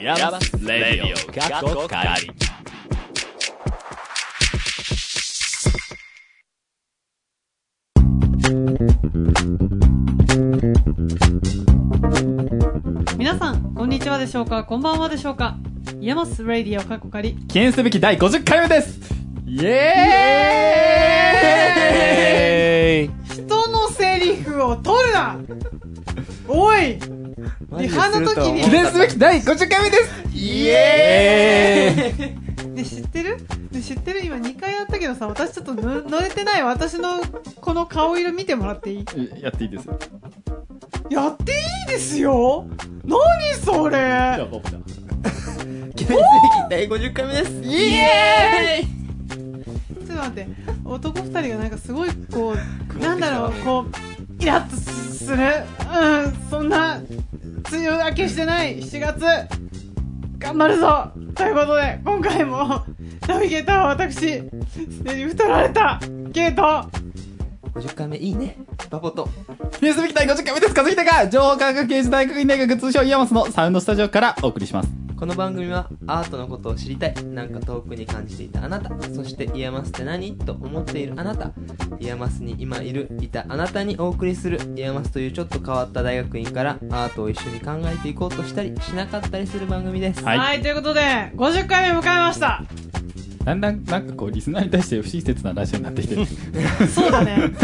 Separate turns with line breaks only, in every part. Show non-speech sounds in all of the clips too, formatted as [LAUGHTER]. ヤマスレディオ過去仮
皆さんこんにちはでしょうかこんばんはでしょうかイヤマスラディオかっこかり
記念すべき第50回目ですイエーイ
人のセリフを取るなおいリハの時に
記念すべき第50回目ですイエーイ
[LAUGHS] で知ってるで知ってる今2回やったけどさ私ちょっとぬ乗れてない私のこの顔色見てもらっていい
えやっていいですよ。
やっていいですよ何そ
じゃあ、
れ
ボブちゃん。
記念すべき第50回目ですイエ
ちょっと待って男2人がなんかすごいこうなんだろうこうイラッとするうんそんな梅雨明けしてない7月頑張るぞということで今回もナビゲーターは私セリフ取られたゲート
ーイ50回目いいねバボと
記念すべき第50回目です和秀が情報科学芸術大学院大学通称イヤマスのサウンドスタジオからお送りします。
この番組はアートのことを知りたいなんか遠くに感じていたあなたそしてイヤマスって何と思っているあなたイヤマスに今いるいたあなたにお送りするイヤマスというちょっと変わった大学院からアートを一緒に考えていこうとしたりしなかったりする番組です、
は
はいい、ということで50回目迎えました
だんだん、なんかこう、リスナーに対して不親切なラジオになってきてる。
そうだね
[LAUGHS]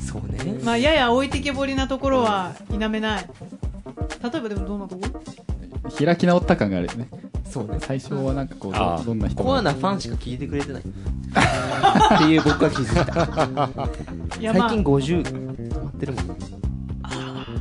そうね、
まあやや置いてけぼりなところは否めない例えばでもどんなとこ
[LAUGHS] 開き直った感があるよね。
そうね
最初はなんかこう、
あ
ど
ー
どんな人
コアなファンしか聞いてくれてない [LAUGHS] っていう僕は気づいた
いや
最
まあ
近50止まってるもん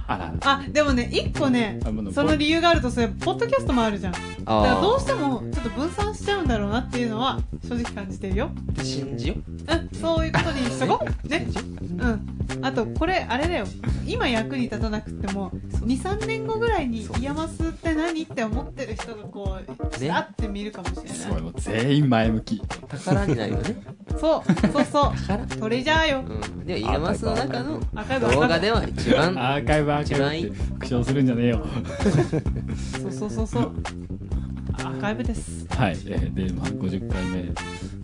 あら、
あでもね一個ね
あまだ
その理由があるとそれポッドキャストもあるじゃんだからどうしてもちょっと分散しちゃうんだろうなっていうのは正直感じてるよ
て信じよ
うんそういうことにしとこうね
信じよ
うんあとこれあれだよ今役に立たなくても23年後ぐらいに
そう
イヤマスって何って思ってる人がこう
ね
会って見るかもしれない
すごい、もう全員前向き。
宝になるよね
そうそうそ
宝
うトレジャーよ
うん、でもイヤマスの中の
赤が
動画では一番
アーカイブアーカイブって、苦笑するんじゃねえよ。
そうそうそうそうアーカイブです
はい、えーで、まあ、50回目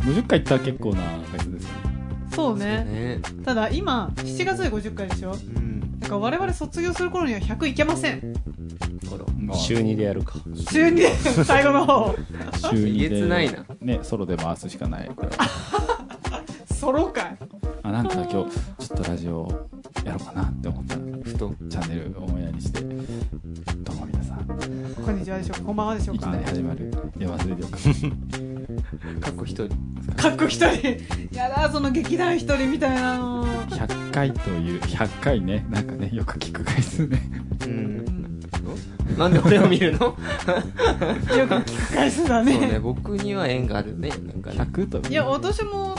50回いったら結構な回数ですよね
そうね
ね、
ただ今7月で50回でしょ
うん、
だから我々卒業する頃には100いけません
ほら
まあ
週2でやるか
週2で最後の方
週
えげつないな
ねソロで回すしかないこれは
ソロ会
あなんか今日ちょっとラジオやろうかなって思ったら
ふと
チャンネルをオンエアにしてどうも皆さん
こんにちはでしょうかこんばんはでしょう
いき
か
なり始まる山忘れてよか
過去一人
各一人やだその劇団一人みたいなの
100回という100回ねなんかねよく聞く回数ね
うんなんで俺を見るの
よく聞く回数だ
そう
ね
ね僕には縁があるねなんかね
100と
いや私も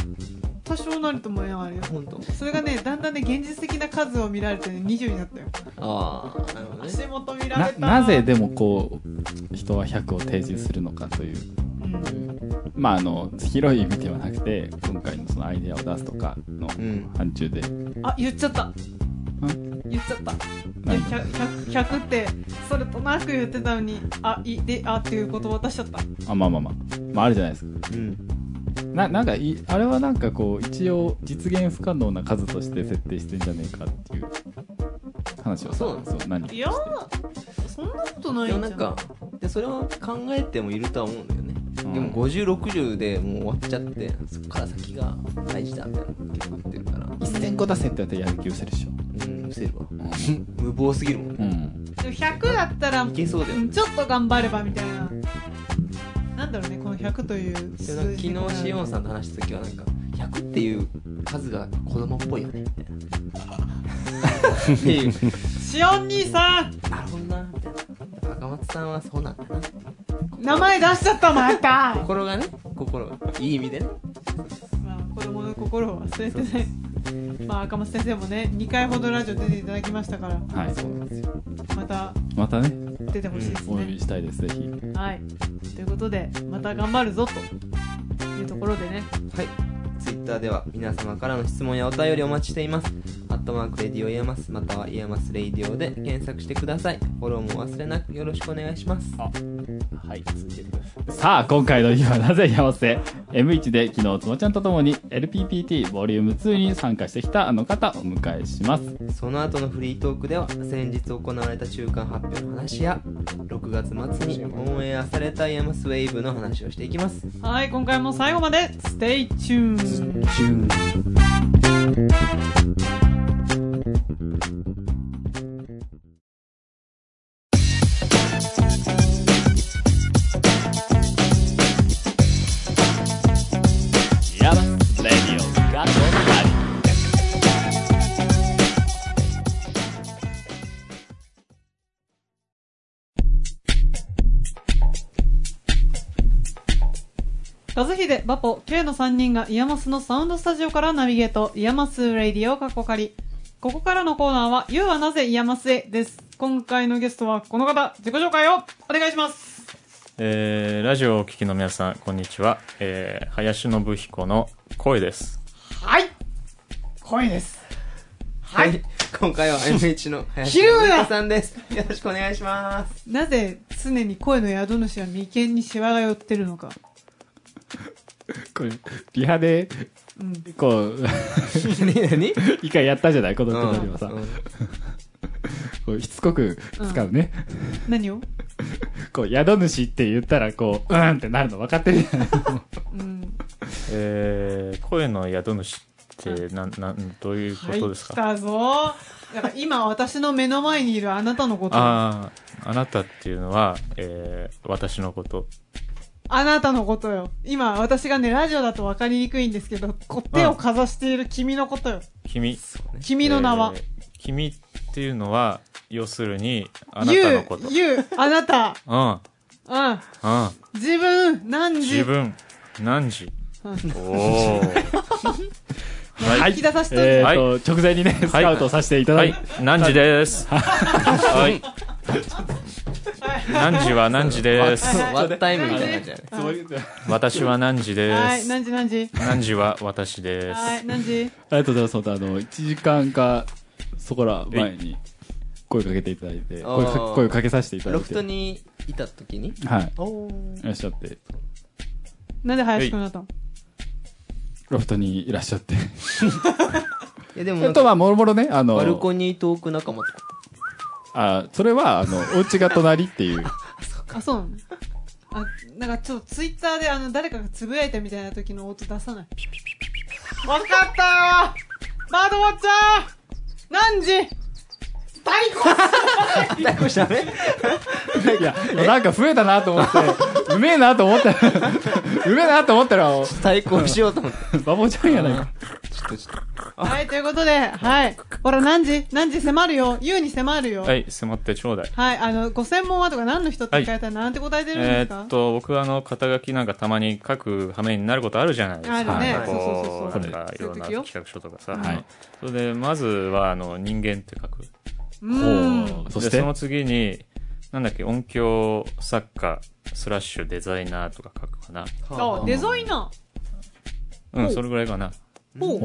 多少なりともやがるよ
本当
それがねだんだんね現実的な数を見られてね20になったよ
ああなるほどね
足元見ら
な
れた
なぜでもこう人は100を提示するのかという
うん
まああの広い意味ではなくて今回のそのアイデアを出すとかの
うん
範疇で、
あ言っちゃった言っちゃった
何
100, 100ってそれとなく言ってたのにあいであっていう言葉出しちゃった
あまあまあまあ、まあ、あるじゃないですか
うん
ななんかいあれはなんかこう一応実現不可能な数として設定してんじゃねえかっていう話をさ
そうなの
そう何
いやそんなことないん
で
じゃな
もないんかでそれは考えてもいるとは思うんだよね
うん
でも5060でもう終わっちゃってそこから先が大事だみたいなの結構言ってるから
1000個出せって言われたらやる気失せるでしょ
うんうせるわ無謀すぎるもん
う
ね
ん
でも100だったら
いけそうだよ
うんちょっと頑張ればみたいななんだろうねこの100という
でもなん
数
か
字
昨日シオンさんと話した時はなんか100っていう数が子供っぽいよねみたいなっていう
シオン兄さん
なるほどなみたいな赤松さんはそうなんだな
名前出しちゃったまた、ま
心がね心がいい意味でね
あ、子供の心を忘れてないまあ赤松先生もね2回ほどラジオ出ていただきましたから
はい
そうなんですよ
また
またね
出てほしいです
お呼
ね、
びしたいですぜひ
はい。ということで、また頑張るぞというところでね。
はいツイッターでは皆様からの質問やお便りお待ちしています宛ットマークレディオイヤマスまたはイヤマスレイディオで検索してくださいフォローも忘れなくよろしくお願いします
はい、続けてください。
さあ今回の「今なぜ山瀬 M1 で昨日つのちゃんとともに LPPT ボリューム2に参加してきたあの方お迎えします
その後のフリートークでは先日行われた中間発表の話や6月末にオンエアされたイヤマスウェーブの話をしていきます
はい、今回も最後まで、ステイチューン。
ヤマスレディオ過去カ
カズヒデ、バポ、K の3人がイヤマスのサウンドスタジオからナビゲート、イヤマスレディオカッコカリ。ここからのコーナーは、You はなぜイヤマスへです。今回のゲストはこの方、自己紹介をお願いします。
えーラジオをお聞きの皆さん、こんにちは。えー林信彦の声です。
はい声です。
はい、今回は MH の林
ひゅうや
信さんですよろしくお願いします
なぜ常に声の宿主は眉間にシワが寄ってるのか。
これリハで
[LAUGHS] うん。
こう
何 [LAUGHS] 何
一回やったじゃないこの
う
くだり
ん
はさ、
うん
こうしつこく使うね、
何を
こう宿主って言ったらこううんってなるの分か [LAUGHS] ってるじゃない
うん。
えー声の宿主って、なん、なん、どういうこ
はい、
とです
来
か、
たぞ。だから今私の目の前にいるあなたのこと。あ
ああ、あなたっていうのは、えー私のこと。
なたのことよ。今私がね、ラジオだと分かりにくいんですけど、こ手をかざしている君のことよ。
君。
君の名は
えー。君っていうのは、要するに、あな
you
たのこと。うん、
you あなた。
う
うん。
ん。
自分、何時。
自分、何時
うん。
おー。
は。
はいい
引き出させておいて
えーと、直前にねスカウトさせていただ
はいい
て、、
何時です。はい。何時は何時です。
ワンタイムみたいな感じだね
そういう
私は何時で
はい。
す。
何時何時
何時は私です。
はい。何時
ありがとうございます。本当あの、1時間か、そこら前に声かけていただいて、
あー
声か声かけさせていただ
ロ
い
フ
て。
トにいた時に
はい。
お
いらっしゃって、
なんで林くんだったの
ロフトにいらっしゃって。
いやでも
そ
な
れ [LAUGHS]
んか
と、まあ、もろもろね、あの
バル、コニートーク仲 [LAUGHS] 間とか
あそれは、あ
[LAUGHS]
の、お家が隣っていう、
あ、そうなのあ、なんかちょっとツイッターであの、誰かがつぶやいたみたいな時の音出さない。わかったーバードウォッチャー何時太鼓
大悟したね
いや、なんか増えたなと思
[LAUGHS]
って、うめえなと思ったら、うめえなと思ったら、
対抗しようと思 [LAUGHS] って
バボちゃんやないか。
ちょっとちょっ
はい、ということで、はい。ほら、何時何時迫るよ。優に迫るよ。
は
はい。
い、迫ってちょうだい。
あの、ご専門はとか何の人って聞かれたらなんて答えてるんで
え
すか、
ーっと、僕はあの、肩書きなんかたまに書く羽目になることあるじゃないですか。
あるね
はい
そうそうそうそう
こなんかいろんな
そういう時よ
企画書とかさ。
はい。
それで、まずはあの、人間って書く。
う
ほ
ん
う。そ
で
して
そ、の次に、なんだっけ、音響作家、スラッシュデザイナーとか書くかな。
と
あ、デザイナ
うん、それぐらいかな。
ー。ほう。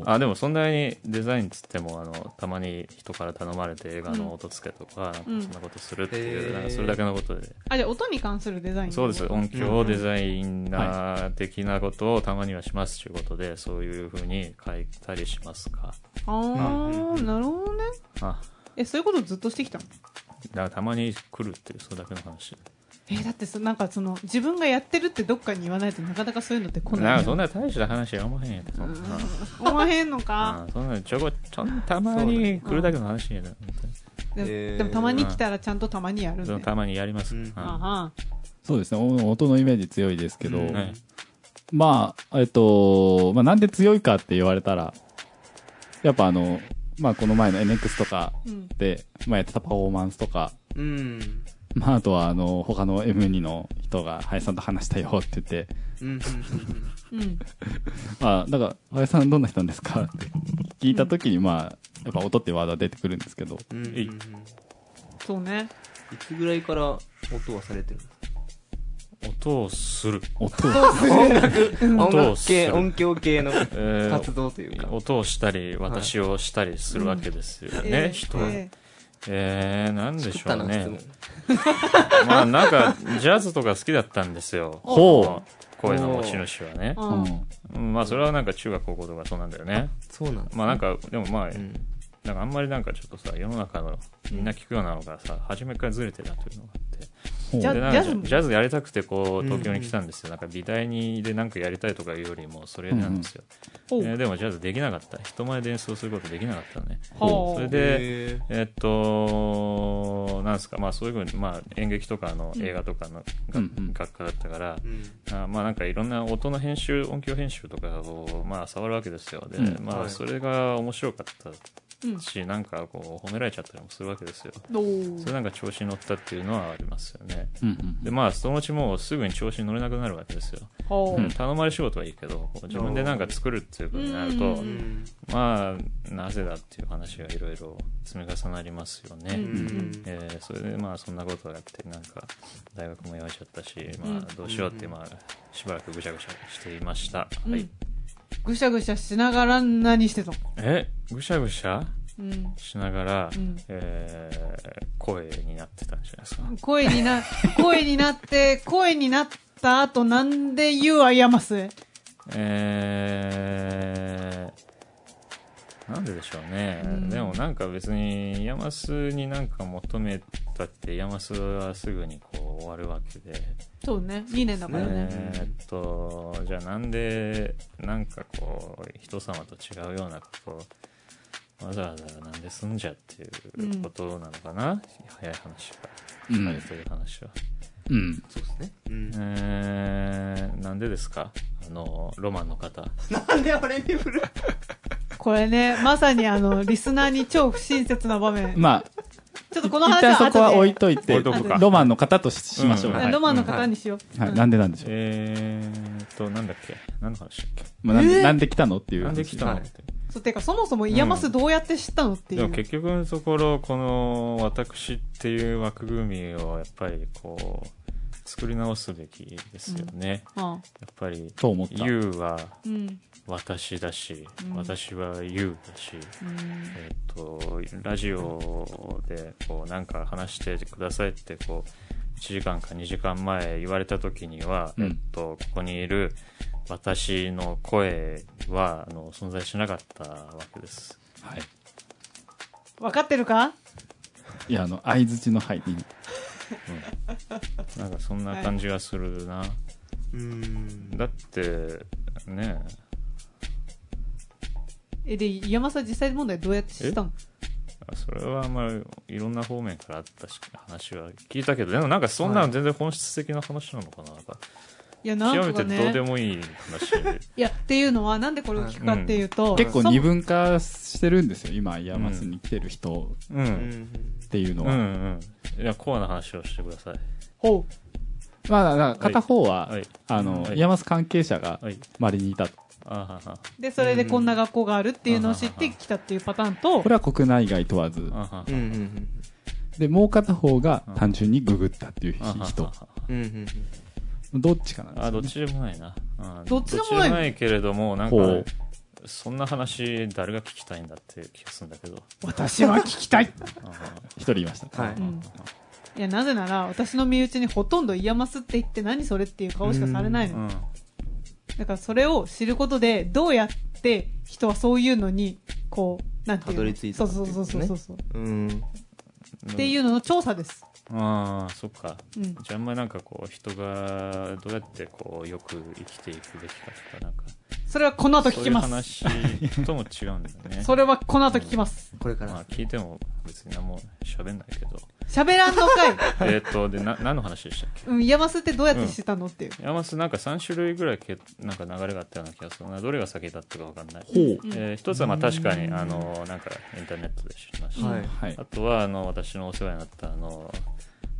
おー。
あでもそんなにデザインっつってもあのたまに人から頼まれて映画の音つけとか,、
うん
なんかそんなことするっていう、
うん
なんかそれだけのことで、
あ、じゃあ音に関するデザイン。
そうです
うん。
音響デザイナー的なことをたまにはしますということでそういうふうに書いたりしますか
あー、なるほどね。
あ
え、そういうことずっとしてきたの
だからたまに来るっていうそれだけの話
えーだってさ、なんかその、自分がやってるってどっかに言わないとなかなかそういうのって来ない。
なんかそんな大した話はあんまへんやんそんな
思わへんのか。
[LAUGHS] あそんなちょこちょんたまに来るだけの話やな、本当に
でも
えー
でもたまに来たらちゃんとたまにやるんだ
その
よ。
たまにやります、
うん
うん
あは
そうですね、お音のイメージ強いですけど、
うん
はい
まあ、えっと、まあ、なんで強いかって言われたら、やっぱあの、まあ、この前の NX とか
うん。
で、まあ、やってたパフォーマンスとか、
うん
まあ、あとはあの、他の M2 の人が、林さんと話したよって言って、
うんうん
うん。
まあ、だから、林さんどんな人なんですかって聞いたときに、まあ、やっぱ音ってワードは出てくるんですけど、
うんうんうん
い
い
そうね。
つぐらいから音はされてるんですか
音をする。
音を
音楽、
ん
音楽系、
音をする
音響系の
えー
活動というか。
音をしたり、私をしたりするわけですよね、人は。
え
えー、なんでしょ
だ
う
な
ね
質。問
まあなんか、ジャズとか好きだったんですよ。
ほ
声の持ち主はね
え。
う
あ
ん
ー
うんまあそれはなんか中学高校とかそうなんだよね。
そうなんです
まあなんか、でもまあ、
うん
なんかあんまりなんかちょっとさ、世の中のみんな聞くようなのがさ、初めからずれてたというのがあって。
ジャ
でなん
ジャ
かジ
ズ
ャ
も
ジャズやりたくてこう東京に来たんですよ、なんか美大にでなんかやりたいとかいうよりもそれなんですよ、
ほう
えーでもジャズできなかった人前で演奏することできなかったのね
ほう
それで
へー
えーっとなんですかまあそういうふうに、まあ、演劇とかの映画とかの
う
が、
んうん
学科だったから、
うん
あまあなんかいろんな音の編集音響編集とかをまあ触るわけですよで、
うん
ま
は
あ
い
それが面白かったし、なんかこう褒められちゃったりもするわけですよ
どう
それなんか調子に乗ったっていうのはありますよね
うんうん
でまあそのうちもうすぐに調子に乗れなくなるわけですよ、
ほう
うん
頼まれ仕事はいいけどこう自分でなんか作るっていうことになる
う
う
と、
んん
まあなぜだっていう話がいろいろ積み重なりますよね、
うん
うん
えーそれでまあそんなことをやってなんか大学も辞めちゃったし、
う
ま
ん
あ、どうしようってまあしばらくぐちゃぐちゃしていました、
うん
はい
ぐしゃぐしゃしながら何してたの
えぐしゃぐしゃ
うん
しながら、
うん
えー声になってたんじゃないですか
声にな、声になって、声になった後なんで You are Yamas?
えー、なんででしょうね、
うん
でもなんか別にヤマスになんか求めたってヤマスはすぐにこう終わるわけで、
そうね、2年だからね。
えーっとじゃあなんでなんかこう人様と違うようなことをわざわざなんですんじゃっていうことなのかな、早い話は、
うん
早いという話は。
うん
そうですねうん
えー、なんでですかあのロマンの方。
なんで俺に振る
これね、まさにあの、リスナーに超不親切な場面。
まあ
ちょっとこの
一
話
旦
は
そ
後
こ
で。
は置いといて
置いとくか
ロマンの方とししましょう、
うん
は
はい
ロマンの方にしよう。
はい
うん
なんでなんでしょう、
えーっと、なんだっけ何の話だっ
まあ、なんで、
えー
なんで来たのってい
け
う
なんで来たの
はい
って。
そう、てかそもそもイヤマスどうやって知ったのってい
で
う。
も結局のところ、この私っていう枠組みをやっぱりこう、作り直すべきですよね。
あ
やっぱり、
と思った
You は
あうん。
私だし、
うん
私は You だし、
うん
えっと、ラジオでこうなんか話してくださいってこう、1時間か2時間前言われた時には、
うん
えっと、ここにいる私の声はあの存在しなかったわけです。
はい
わかってるか
いやあの相槌の「はい」に
なんかそんな感じがするな。
うん
だって、ね
え、で、イヤマスは実際問題どうやって知ったの
それはあんまりいろんな方面からあったし話は聞いたけど、でもなんかそんなの全然本質的な話なのかな。なんか
いや、なんと
極
か
めてどうで
ね。
もいい話で。
いや、っていうのは、なんでこれを聞くかっていうと、
結構
そも
二分化してるんですよ今イヤマスに来てる人
う。
うんん
っていうの
うんう
は、
ん。いや、コアな話をしてください。
ほ
まあだから片方は、
はい
あの、
はい
イヤマス関係者が
はい。
周りにいたと
あはは。
う。で、それでこんな学校があるっていうのを知ってきたっていうパターンと
こ、れは国内外問わず、
あはは
うんうん
でもう片方が単純にググったっていう
あはは
人、
うんうん
どっちかなんです
あ、
よ、ね、
どっちでもないな。うん
どっちでもない
どっけれども、なんか
ほう、
そんな話、誰が聞きたいんだっていう気がするんだけど。
私は聞きたい
あはは
一人いました、
はい
うんいや、なぜなら、私の身内にほとんどイヤマスって言って何それっていう顔しかされないの。
うん。
だからそれを知ることで、どうやって人はそういうのに、こう、なんていうの
たどり着いたって
そ
いうう
そうそうそうそう。
うん
っていうのの調査です。
ああ、そっか。
うん
じゃああんまりなんかこう、人がどうやってこう、よく生きていくべきかとか、なんか、
それはこの後
そ
聞
う
き
いう
ます。
話とも違うんだよね。
それはこの後聞きます。
これから
まあ
っす
聞いても別に何も喋んないけど。
喋らんのかい。
えっと、で、な、何の話でしたっけ
うん、イヤマスってどうやって知ったのっていう。
ヤマスなんか3種類ぐらいけなんか流れがあったような気がするなどれが先だったかわかんない、
ほう
えー一つはまあ確かにあのなんかインターネットで知りました、
はい
はい
あとはあの私のお世話になったあの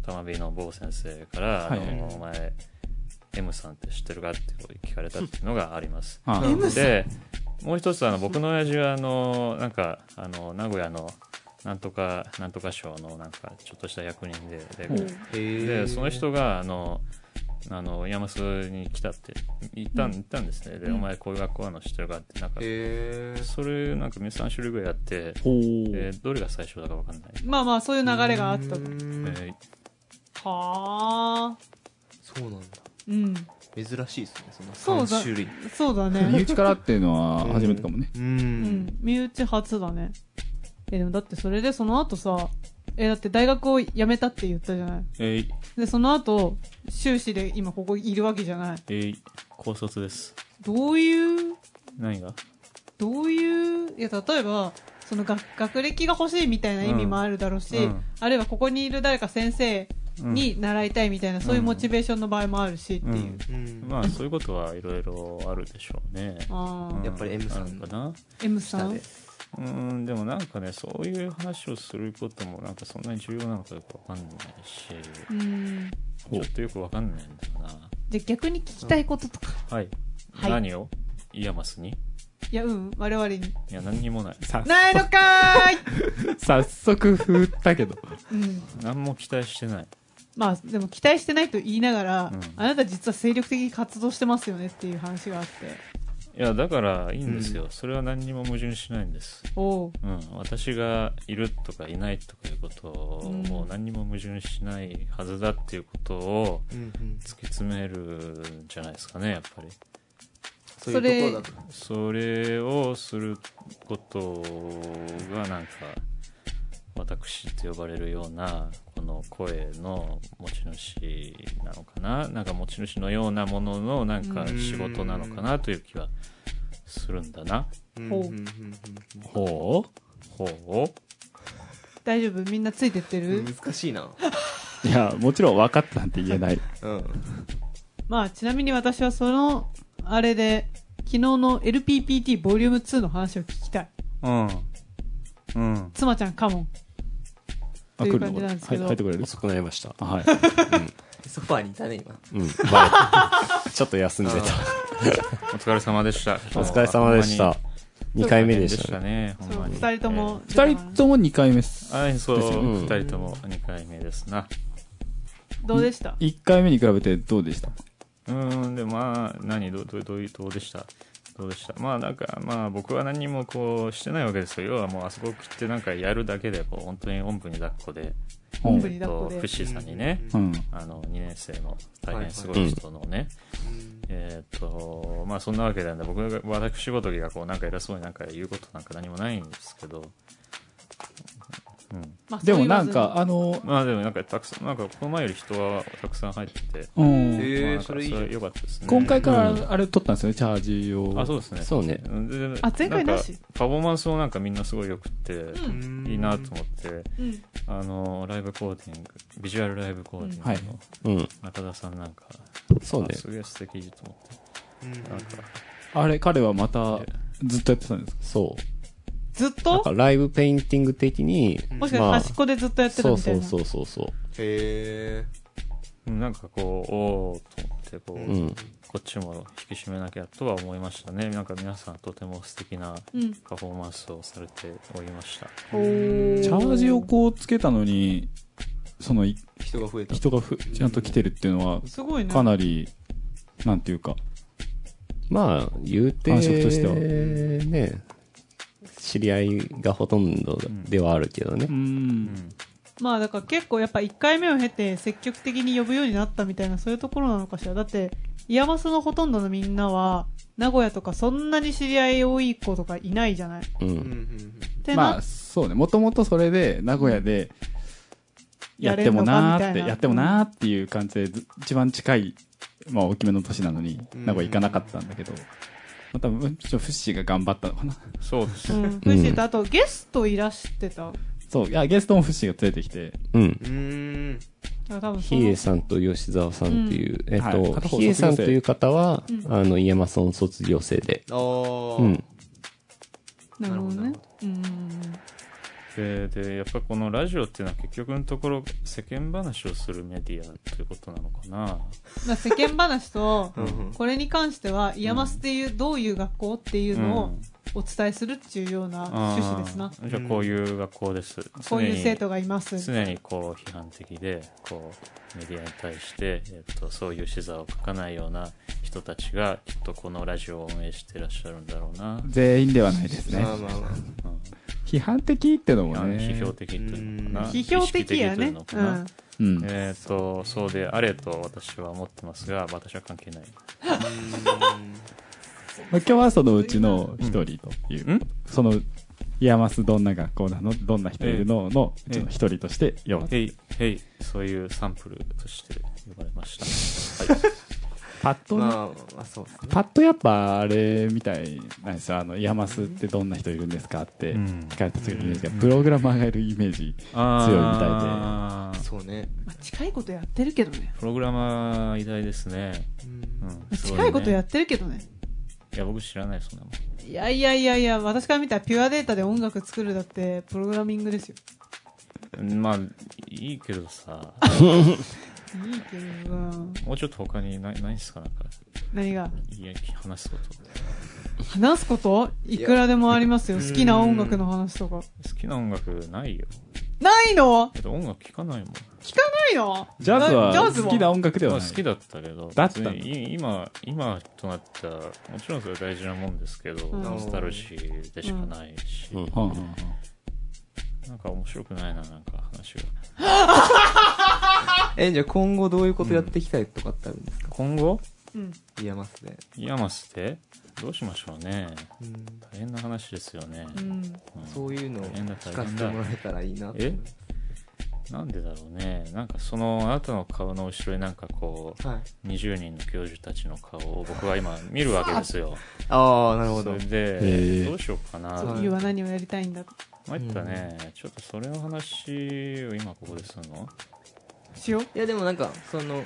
玉美の坊先生から「あの
はい
お前 M さんって知ってるか?」って聞かれたっていうのがあります
あ
M
でもう一つあの僕の親父はあのなんかあの名古屋のなんとかなんとか賞のなんかちょっとした役人でで
ほう
へー
でその人があのあの山須に来たって行ったん行ったんですねで、
うん
お前こういう学校あの知ってるかってなんか、
へえ
それなんか3種類ぐらいやって、
ほう
えーどれが最初だか分かんない、
まあまあそういう流れがあったと
と
えー
はあ
そうなんだ
うん
珍しいですねその
そうだ
3種類
そうだ
身
ね
内からっていうのは初めてかもね
う
うんん身内初だねえでもだってそれでその後さえだって大学を辞めたって言ったじゃない
えい
でその後修士で今ここいるわけじゃない
えい高卒です
どういう
何が
どういういや例えばその学学歴が欲しいみたいな意味もあるだろうし、
うんうん
あるいはここにいる誰か先生に習いたいみたいな、そういうモチベーションの場合もあるしっていう、
うん
うん
まあそういうことはいろいろあるでしょうね
あ
うん
あ
やっぱり M さん
あるかな
M さ
下
ん
で
うんでもなんかねそういう話をすることもなんかそんなに重要なのかよく分かんないし
うん
ちょっとよく分かんないんだよな
じゃあ逆に聞きたいこととか、
はい、
はい
何をイヤマスに
いやうん我々に
いや何にもない
さ
ないのかーい、
早速振ったけど
うん、
何も期待してない
まあでも期待してないと言いながら、
うん
あなた実は精力的に活動してますよねっていう話があって
いやだからいいんですよ、それは何にも矛盾しないんです
おう
うん、私がいるとかいないとかいうことを、
うん
もう何にも矛盾しないはずだっていうことを
うんうん
突き詰めるんじゃないですかねやっぱり
そういうところだと
それをすることがなんか私って呼ばれるようなこの声の持ち主なのかななんか持ち主のようなもののなんか仕事なのかなという気はするんだな
うん
ほう
うんうんうん
ほうほう
大丈夫みんなついてってる、
うん難しいない
やもちろん分かったなんて言えない
うん
まあちなみに私はそのあれで昨日の LPPT ボリューム2の話を聞きたい
うんうん
妻ちゃんカモン
あ
とい
来
う
るのこ
感じ
れ
な
は
ん
い
ですけど
入ってくれる
遅くなりました。
あはい
[LAUGHS] ソファーにいたね今
うん。バレた [LAUGHS] ちょっと休んでた。
お疲れ様でした
お疲れ様でした。2回目
で
で
し
した
た
ね。
ねほんまに
2人とも、
二人とも2回目っす
はいそう
ですよ
ね
2人とも2回目ですな
どうでした
1回目に比べてどうでした
うーんでまあ何どどどういうどうでしたどうでしたまあなんかまあ僕は何もこうしてないわけですよ要はもうあそこ来てなんかやるだけでこう本当におんぶに抱っこで
おんぶに
えっ
抱っことで
フッシーさんにね、
うん
あの2年生の大変すご
はい
い
はい
人のね、えーっとまあそんなわけなんで僕が私ごときがこうなんか偉そうになんか言うことなんか何もないんですけど、うん、
まあ
でも
そう言
な
わず
ん
に
かあの
まあでもなんかたくさんなんかこの前より人はたくさん入ってて、
うん
えー
まあなんか
それいいじゃん
良かったですね
今回から
うん
あれ取ったんですよねチャージを
あそうですね
そうね。
うんで
あ前回なし
んかパフォーマンスもなんかみんなすごい良くって、
うん
いいなと思って
うん
あのライブコーディングビジュアルライブコーディン
はい
グの
うん。
中田さんなんか、
そうね
あ。すげえ素敵と思って
うんうん
なんか
あれ彼はまたずっとやってたんですか
そう。
ずっ
なん
と
かライブペインティング的に、
もしかして端っこでずっとやってた
そ
み
う
た
そ
いうな
そうそうそ
へえ
なんかこうおおと思ってこう、
う。うん。
こっちも引き締めなきゃとは思いましたねなんか皆さんとても素敵な
うん
パフォーマンスをされておりました
おー
チャージをこうつけたのにそのい
人が増えた
人がふちゃんと来てるっていうのは
すごいね
かなりなんていうか
まあ、言うて、
感触としては
ね、知り合いがほとんどではあるけどね
う。
うんん
まあだから結構やっぱ1回目を経て積極的に呼ぶようになったみたいなそういうところなのかしらだってイヤマスのほとんどのみんなは名古屋とかそんなに知り合い多い子とかいないじゃないっ
う
うんうん
ん。
うん
てな
まあそうねもともとそれで名古屋でやってもなーってやってもなーっていう感じでず一番近い、まあ、大きめの年なのに
うん
名古屋行かなかったんだけど、またむしろフッシーが頑張ったのかな
そうです
うん、ふしとあとゲストいらしてただか
そういやゲストもフッシーが連れてきて
うん。
うん
ら多分そ
ヒエ
の
さんと吉沢さんっていう、えっ
はい
と、
片方
ヒエさんと
卒業生
いう方は、
うん
あの、イエマソン卒業生で。
ああ
うん。
なるほど
な
ね
るほ
うん
ででやっぱこのラジオっていうのは結局のところ世間話をするメディアということなのかな
まあ世間話と
うんうん
これに関してはイヤマスっていうどういう学校っていうのを
うん
お伝えするっていうような
あ
趣旨ですな。
ーじゃあこういう学校です、
こういう生
が
徒がいます。
常にこう批判的でこうメディアに対して、えっと、そういう視座を書かないような人たちがきっとこのラジオを運営してらっしゃるんだろうな、
全員ではないですね
まあまあまあ
うん
批判的ってのも
あの
ね
批評的というのか
う
な
ん
批評的や
意識という
ね。
のか
う
な、
ん。
うん、
えっ、とそうであれと私は思ってますが私は関係ない
まあ今日はそのうちの一人という、
うん
そのイヤマスどんな学校なのどんな人いるののうちの一人としてよ
へいへいそういうサンプルとして呼ばれました、はい、
パッとね、
まあまあそうですね
パッとやっぱあれみたいなんですよあのイヤマスってどんな人いるんですかって
うん
聞かれた時に、プログラマーがいるイメージ
あー
そうね
まあ近いことやってるけどね。
プログラマー偉大ですね、
うん
うん、すごね
近いことやってるけどね。
いや僕知らないそんなもん
いやいやいやいや、私から見たらピュアデータで音楽作るだってプログラミングですよ。
まあいいけどさ
いいけど、うん
もうちょっと他にないないですかなんか
何が
いや話すこと
話すこといくらでもありますよ。
いや
好きな音楽の話とか。
好きな音楽ないよ
ないの
だって音楽聴かないもん
聞かないの
ジャズ
ジャ
は
ズも
好きな音楽では
まあ
ない
好きだったけど
だったの
別にい今今となったらもちろんそれは大事なもんですけど、
ん
ノスタルジーでしかないし、
うん
うんうんうん
なんか面白くないななんか話が
えじゃあ今後どういうことやっていきたいとかってあるんですか
今後
うん。
イヤマスで
イヤマスでどうしましょうね
うん
大変な話ですよね、
うん。
うん
そういうのを
大変だ
聞かせてもらえたらいいなと思い
え
ます
なんでだろうねなんかそのあなたの顔の後ろになんかこ
はい、
う20人の教授たちの顔を僕は今見るわけですよ
ああなるほ
そ
ど
れ
へ
で
え
どうしようかな
そういうは何をやりたいんだ
参ったね、ちょっとそれの話を今ここでするの
しよう。
いやでもなんかその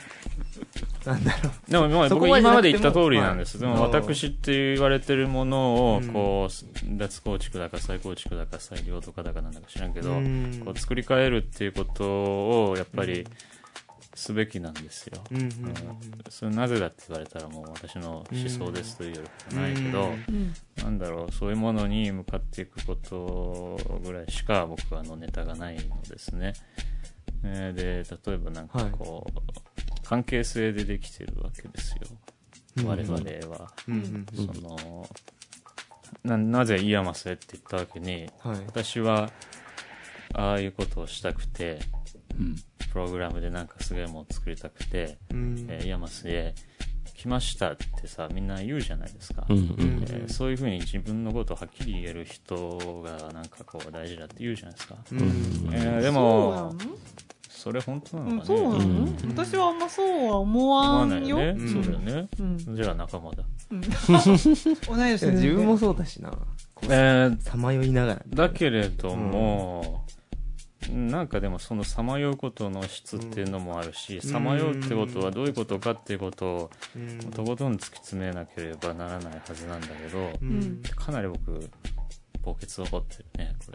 なんだろう
でもまあ
そこ
僕
までじゃなくても
今まで言った通りなんです、
はい
でも私って言われてるものを
うん
こう、脱構築だか再構築だか再良とかだかなんだか知らんけど、
うん
こう作り変えるっていうことをやっぱりすべきなんですよ、
うんうんうん
うんそれなぜだって言われたらもう私の思想ですというよりかはないけど、
うん
うん。
なんだろうそういうものに向かっていくことぐらいしか僕はあのネタがないのですね。えーで例えばなんかこう、関係性でできてるわけですよ
うん
我々は。
うんうん
そのななぜイヤマスへって言ったわけに
はい
私はああいうことをしたくて
うん
プログラムでなんかすげえものを作りたくて、
うん
えーイヤマスへ来ましたってさみんな言うじゃないですか。
うんうん
えーそういうふうに自分のことをはっきり言える人がなんかこう大事だって言うじゃないですか、
うんうん
えーでもそれ本当な
そうな
の
のそう
か
な
ね、
の
うん
私はあんまそうは思
思
わ
わなんい
よ
よ。ね、
うん
そうだよね、
うん。
じゃあ仲間だ
うん同い年
い
で
や自分もそうだしなこう
えー
さまよいながら
だけれども、なんかでもそのさまようことの質っていうのもあるし
ん
さまようってことはどういうことかっていうことを
うん
とことん突き詰めなければならないはずなんだけど、
うん
かなり僕墓穴を掘ってるねこれ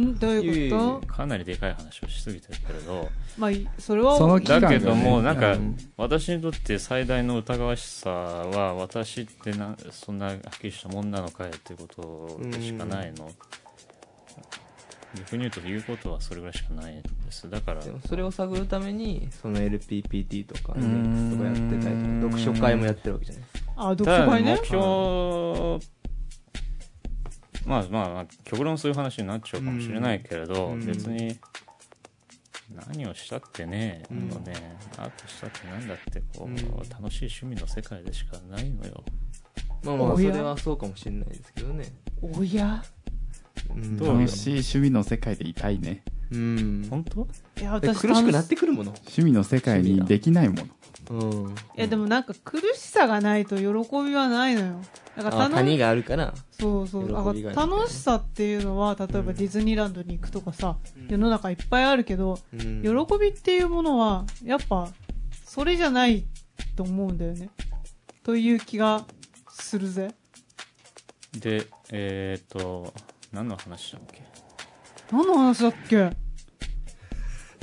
んどういうこ
いえい
と
かなりでかい話をしすぎてるけれど
まあ、いそれは、
その期間
だ
がね
けども、なんか、
うん
私にとって最大の疑わしさは、私ってな、そんなはっきりしたもんなのかいっていうことでしかないの。逆に言うと、言うことはそれぐらいしかないんです。だから、
でもそれを探るためにその LPPT とか
う
イベ
ん
ントとかやってたりとか読書会もやってるわけじゃないですか
あ、読
た
書
だ
会
目
ね。
標、まあまあまあ、極論そういう話になっちゃうかもしれないけれど、
うん
別に、何をしたってね、
うん
あのね、アートしたってなんだって、こう、
うん
楽しい趣味の世界でしかないのよ。
まあまあ
お
そ
や
れはそうかもしれないですけどね
おや
うん
どう
楽しい趣味の世界でいたいね
うん
本当
いや、
で
私、
苦しくな
楽
ってくるもの
趣味の世界にできないもの
うん
いや、でもなんか苦しさがないと喜びはないのよ。だから
あ
楽
谷があるから
そうそう。だ
喜びが
か
ね
ら楽しさっていうのは、例えばディズニーランドに行くとかさ、
うん
世の中いっぱいあるけど、
喜
喜びっていうものは、やっぱ、それじゃないと思うんだよね。という気がするぜ。
で、えっ、と、何の話だっけ
何の話だっけ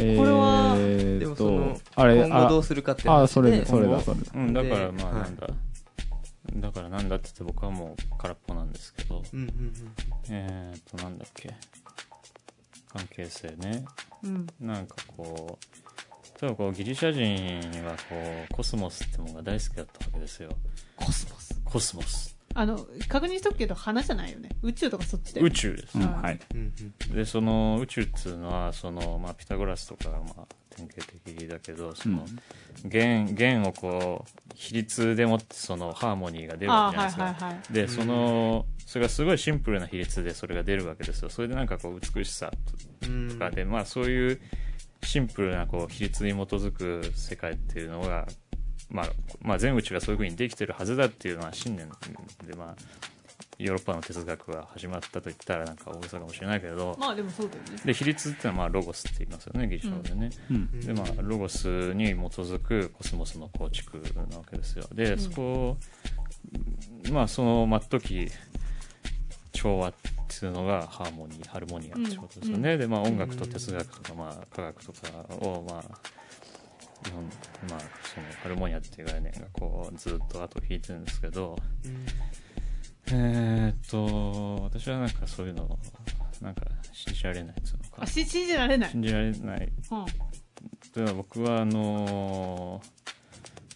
え
これは
ー
でも
っ
その
とあれ
今後ど
あ
うするかって
あそれだ
で
それだそれだ
うん、だから
で
ま
は
あ
い
なんだ。だからなんだって言って僕はもう空っぽなんですけど、
うんうんうん
えっ、ー、となんだっけ関係性ね
うん
なんかこう例えばこうギリシャ人はこうコスモスってものが大好きだったわけですよ
コスモス
コスモス
あの確認しとくけど花じゃないよね宇宙とかそっちで
宇宙です
うんはい
うん
でその宇宙っていうのはその、まあ、ピタゴラスとかがまあ典型的だけどその、弦弦をこう比率でもってそのハーモニーが出る
あ
わ
あ
けじゃない
は
で
い
すか、
はいはい
でそのそれがすごいシンプルな比率でそれが出るわけですよそれでなんかこう美しさ
うんう
と
ん
かで、まあそういうシンプルなこう比率に基づく世界っていうのが、まあ、まあ全宇宙がそういうふうにできてるはずだっていうのは信念でまあヨーロッパの哲学が始まったと言ったらなんか大げさかもしれないけれど、
まあでもそうだよね
で比率ってのはまあロゴスって言いますよねギリシャ語でね、
うん
でまあロゴスに基づくコスモスの構築なわけですよでそこを、まあその真っ時調和っていうのがハーモニーハルモニアってことですよね、でまあ音楽と哲学とか、まあ、科学とかをまあ日本まあ、そのハルモニアっていう概念がこうずっと後を引いてるんですけど、えーっと私はなんかそういうのなんか信じられないっていうのか
あし信じられない、
信じられない
うん、
例えば僕はあのー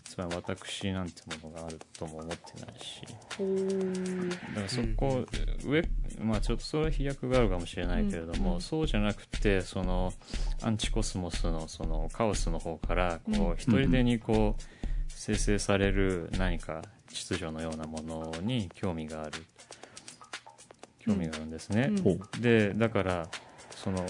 つまり私なんてものがあるとも思ってないしだからそこ、上まあちょっとそれは飛躍があるかもしれないけれども、
うん
そうじゃなくてそのアンチコスモスのそのカオスの方から
う
こ
ん
う一人でにこう生成される何か秩序のようなものに興味がある興味があるんですね。
うん
ほう
でだからその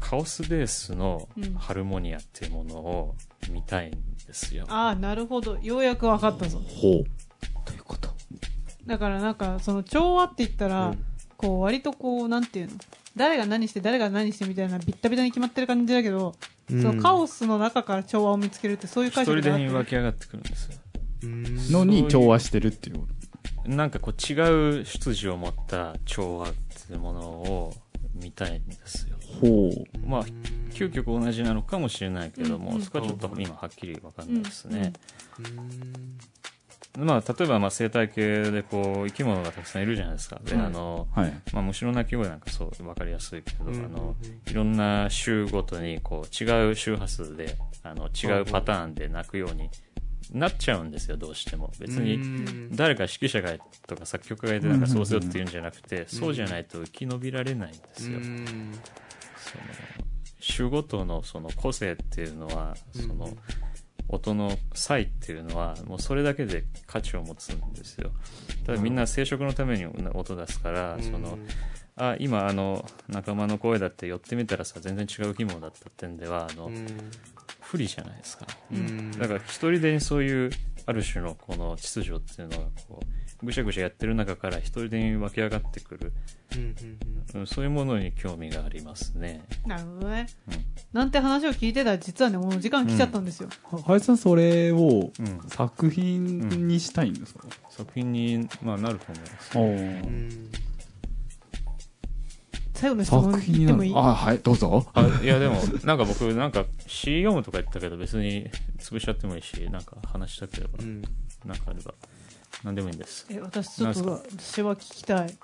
カオスベースの
うん
ハルモニアっていうものを見たいんですよ。
ああなるほどようやく分かったぞ
ほう
ということ
だからなんかその調和って言ったら、
うん
こう割とこうなんていうの誰が何して誰が何してみたいなビッタビタに決まってる感じだけど、そのカオスの中から調和を見つけるってそういう
一
解
人
釈
で
があっ
に
て
湧き上がってくるんですよ。
うん
のに調和してるっていう
なんかこう違う出自を持った調和っていうものを見たいんですよ。
ほ
まあ究極同じなのかもしれないけれども、
うんうん
そこはちょっと今はっきりわかんないです
うんう
ね
ん。
うん
まあ例えばまあ生態系でこう生き物がたくさんいるじゃないですか。で
うん
あの
はい
まあ、虫の鳴き声なんかそう分かりやすいけど、
うん
あのいろんな週ごとにこう違う周波数であの違うパターンで鳴くようになっちゃうんですよどうしても別
う
に
ん
誰か指揮者がとか作曲家がいてなんかそうせよっていうんじゃなくてそうじゃないと生き延びられないんですよ。
うん
その種ごとのその個性っていうのは
うん
その音の差異っていうのはもうそれだけで価値を持つんですよ。ただみんな生殖のために音出すからそのあ今あの仲間の声だって寄ってみたらさ全然違う生き物だったってんではあの、
うん
不利じゃないですか、
うん
だから一人でにそういうある種のこの秩序っていうのがこうぐしゃぐしゃやってる中から一人でに湧き上がってくる、
うんうんうん
うん、そういうものに興味がありますね
なるほどね、
うん
なんて話を聞いてたら実はねもう時間来ちゃったんですよ、
林さんそれを
うん
作品にしたいんですか、
作品に、まあ、なると思います
お
う
ー
ん
最後の質問
作品に
言っ
な
て
る
もいい
あはいどうぞ
あいやでもなんか僕なんか詩読むとか言ったけど別に潰しちゃってもいいしなんか話したければ
うん
なんかあれば何でもいいんです
え私ちょっと私は聞きたい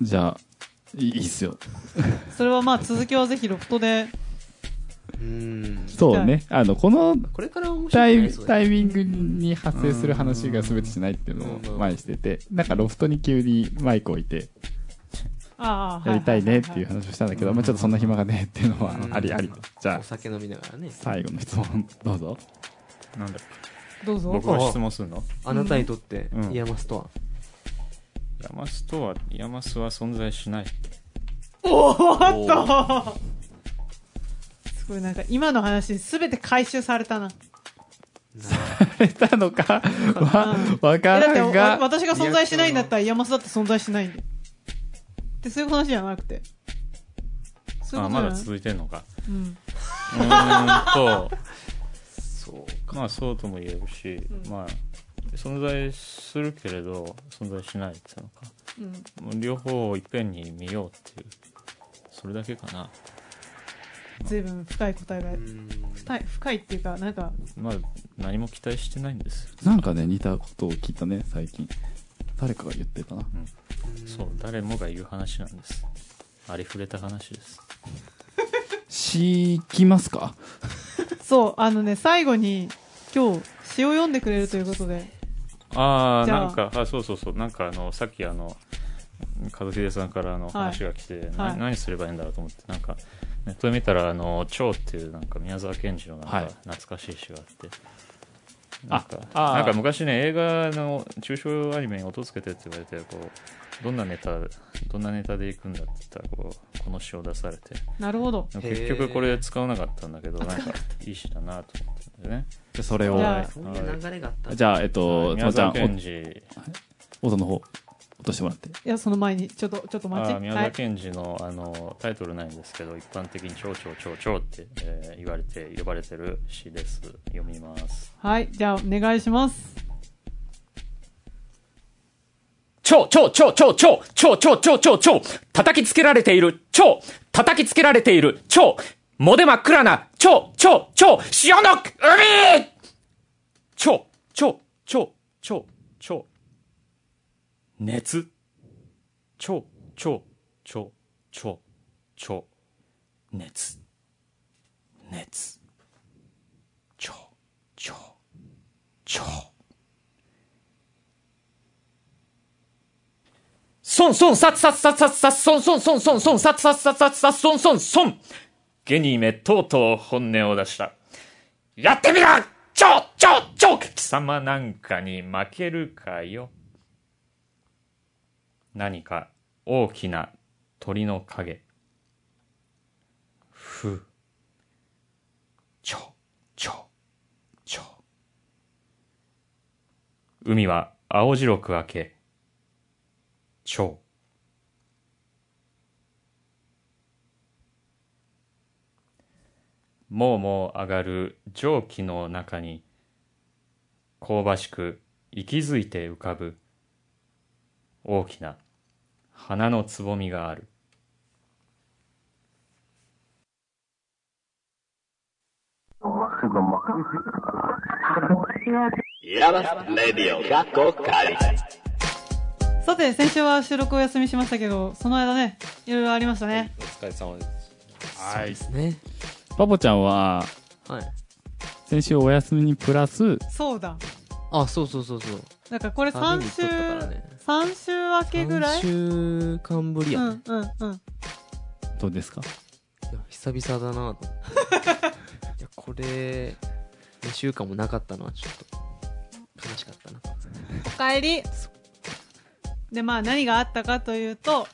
じゃあいいいっすよ
それはまあ続きはぜひロフトで
うん
そうねあのこの
これから面白
タ
いね
イ
それ
タイミングに発生する話が全てしないっていうのを前にしててなんかロフトに急にマイク置いて
ああ
やりたいねっていう
ははは
話をしたんだけど、まあちょっとそんな暇がねえっていうのは
うん
ありありじゃあ
お酒飲みながらね
最後の質問どうぞ [LAUGHS]
なんだっけ
いどうぞ
僕が質問するの
あなたにとって
うん
イヤマスとは
ヤマスとは、ヤマスは存在しない。
おっとすごいなんか今の話全て回収され
[LAUGHS]
たな
出たのかはわか
えだって
らん
わ
が
私が存在しないんだったら山須だって存在しないんでってそういう話じゃなくてそういうことじ
あ、ま
ゃ
だ
ない
続いてんのか。
うん
うーんと、
そう
まあそうとも言えるし、
うん
まあ、存在するけれど、存在しないっていうのか。
うん
もう両方をいっぺんに見ようっていう。それだけかな。
随分深い答えが深い深いっていうかなんか
まあ何も期待してないんですよ
なんかね似たことを聞いたね最近誰かが言ってたな
そう誰もが言う話なんですありふれた話です
しきますか
そうあのね最後に今日詩を読んでくれるということで
ああ
じゃあ
なんかあそうそうそうなんかあのさっきあの一茂さんからあの話が来て、な
はい
何すればいいんだろうと思ってなんかネットで見たら「あの蝶」っていうなんか宮沢賢治のなん
はい
か懐かしい詩があって、
あ
なんか
あー
なんか昔ね映画の中小アニメに音つけてって言われてこうどんなネタどんなネタでいくんだって言ったらこうこの詩を出されて
なるほど
でも結局これ使わなかったんだけどなんかいい詩だなと思ったんだよね
じゃあそれを
じゃあ
そういう流れがあった
じゃあえっとつま
宮
ちゃん
沢賢治
お音の方落としてもらって
いやその前にちょっとちょっと
あ
待
ー
ち
宮
は
沢
い
賢治の,、あのタイトルないんですけど一般的に「蝶々蝶々」って、えー言われて呼ばれてる詩です読みます
はいじゃあお願いします
超超超超超超超超超超叩きつけられている超叩きつけられている超モデ真っ暗な超超超潮の海超超超超超熱超超超超超熱熱超超超孫孫殺殺殺殺殺孫孫孫孫孫殺殺殺殺殺孫孫孫
ゲニーめとうとう本音を出した
やってみろちょちょちょ
貴様なんかに負けるかよ何か大きな鳥の影ふ
ちょちょちょ
海は青白く明け蝶もうもう上がる蒸気の中に香ばしく息づいて浮かぶ大きな花のつぼみがある
ヤマスレディオ過去回
さて先週は収録お休みしましたけどその間ねいろいろありましたね
お疲れ様です。
はい
ですね
パポちゃんは
はい
先週お休みにプラス
そうだ
あそうそうそうそう
なんかこれ
旅
3
に
週、
撮ったからね
3週明けぐらい
3週間ぶりや
う
ね、
んうんうん
どうですか
いや久々だなと [LAUGHS] いやこれ2週間もなかったのはちょっと悲しかったな
おかえりでまあ何があったかというと、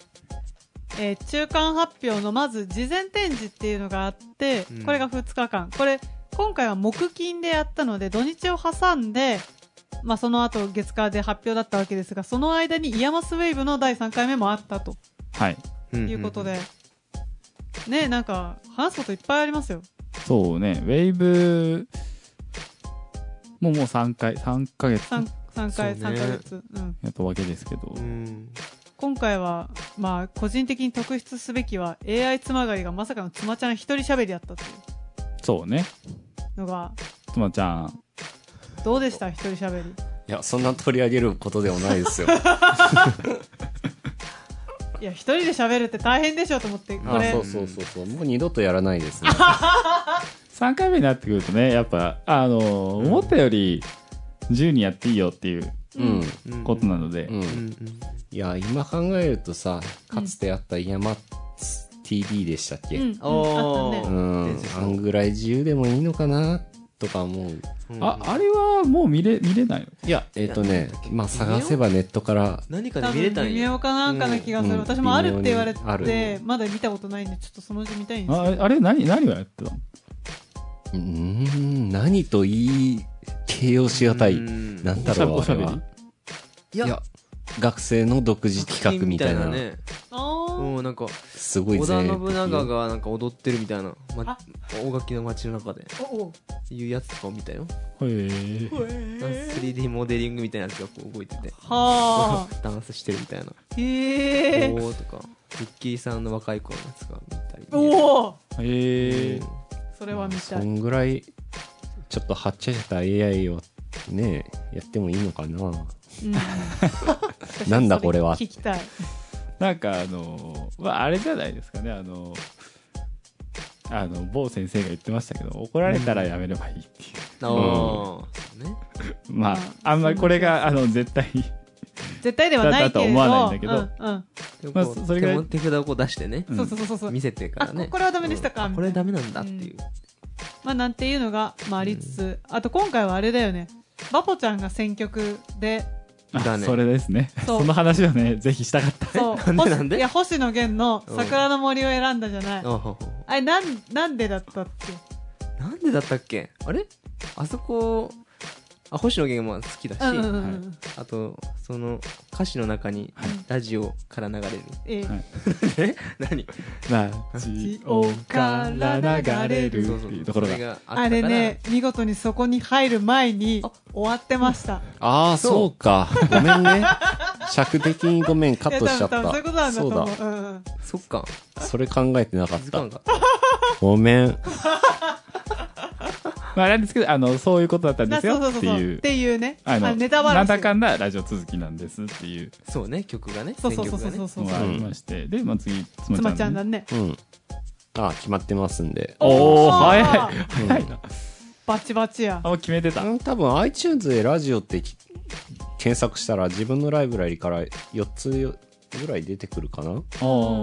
えー中間発表のまず事前展示っていうのがあって、
うん
これが2日間これ今回は木金でやったので土日を挟んで、まあ、その後月火で発表だったわけですがその間にイヤマスウェーブの第3回目もあったと
はい
いうことで、ねなんか話すこといっぱいありますよ
そうねウェーブもうもう3回3ヶ月
3, 三回、
そう
三
ね
ヶ月、うん、
やったわけですけど、
うん
今回はまあ個人的に特筆すべきは AI つまがりがまさかのつまちゃん一人喋りだったっていう
そうね
のが
つまちゃん
どうでした一人喋り
いや、そんな取り上げる [LAUGHS] ことではないですよ。
いや一人で喋るって大変でしょと思ってこ
あ、
れ
そうそうそうそう。もう二度とやらないですね。
3回目になってくるとねやっぱあのー思ったより自由にやっていいよっていう
うん。
うん
ことなので、
うん。
うん
いや、今考えるとさ、かつてあったイヤマ TV でしたっけ、
う、
うん、
うんん、あった
お
ね
ー
あんぐらい自由でもいいのかなとか思う。
うん
ああれはもう見れ見れないの
いや、えっ、とね、まあ探せばネットから、
何か
多
で見れ
分
たん
微
や
妙かなんかな気がする、
うん
私もあるって言われ
微妙にあ
てまだ見たことないんでちょっとそのうち見たい [LAUGHS] んです
ああれ何何をやってたの
うーん、何と言い形容しがたい。
うん
なんだろう、
お
あ
しゃ
れ
べり
は。
い
いや、学生の独自企画みたいな。
ね
あー
うんなんか
すごい
織田
全
信長がなんか踊ってるみたいな、ま
あ、
大垣の街の中で
おお
いうやつとかを見たよ
へえ
なんか 3D モデリングみたいなやつがこう動いてて
はあ
ダンスしてるみたいな
へえ
おおとかリッキーさんの若い頃のやつが見たり
おお
ええ
それは見た
そ
い
んぐらいちょっとはっちゃけた AI をねやってもいいのかな
うん私
なんだこれは
そ聞きたい
なんかあのまああれじゃないですかねあのあの某先生が言ってましたけど怒られたらやめればいいっていう、
ああ、そうね
まああんまりこれがあの絶対に
絶対ではないけれど
だとは思わないんだけど
うんうん
でも
まあ
こう
それぐらい
手も手札をこう出してね、
うん
そうそうそうそう
見せてからね
あこれはダメでしたか
うん
み
こ
たいな
れダメなんだっていう、
まあなんていうのが、まあ、ありつつあと今回はあれだよねバポちゃんが選曲で
あ
だね
それですね
そう
その話をねぜひしたかった
そう
なんで
星
なんで
いや星野源の「桜の森」を選んだじゃない、
あほうほう
あれなんなんでだったっけ
なんでだったっけあれあそこあ星野源も好きだし、
うんうんうんうん、
あとその歌詞の中にラジオから流れる、 [LAUGHS]
ええ
はい
え何
ラジオから流れるって
そうそう
いうところ
そ
が
れがあ
あ
った
れ
から
ね見事にそこに入る前に終わってました
ああ
そう
そうかごめんね尺的にごめんカットしちゃっ
いや多分多分そういうこと
たそう
なんだと思う
だ
うんうん
そっか
それ考えてなかっ
気づか
た
んかった
ごめん
まあ、あれですけどあのそういうことだったんですよ
そう
っ
そうそう
て
そう
い
っ
う
ていうね
あ
あ
の
のネタバ
な
ラ
ん
シ
だかんだラジオ続きなんですっていう
そうね曲がね
そうそうそうそうそうそう
のがありまして、で、まあ、次つま
妻ちゃんだ
ね
ね
うんあ決まってますんで
おお早い
あ
早いな
バチバチや
あもう決めてた
うん多分 iTunes でラジオってき検索したら自分のライブラリから4つよぐらい出てくるかな
お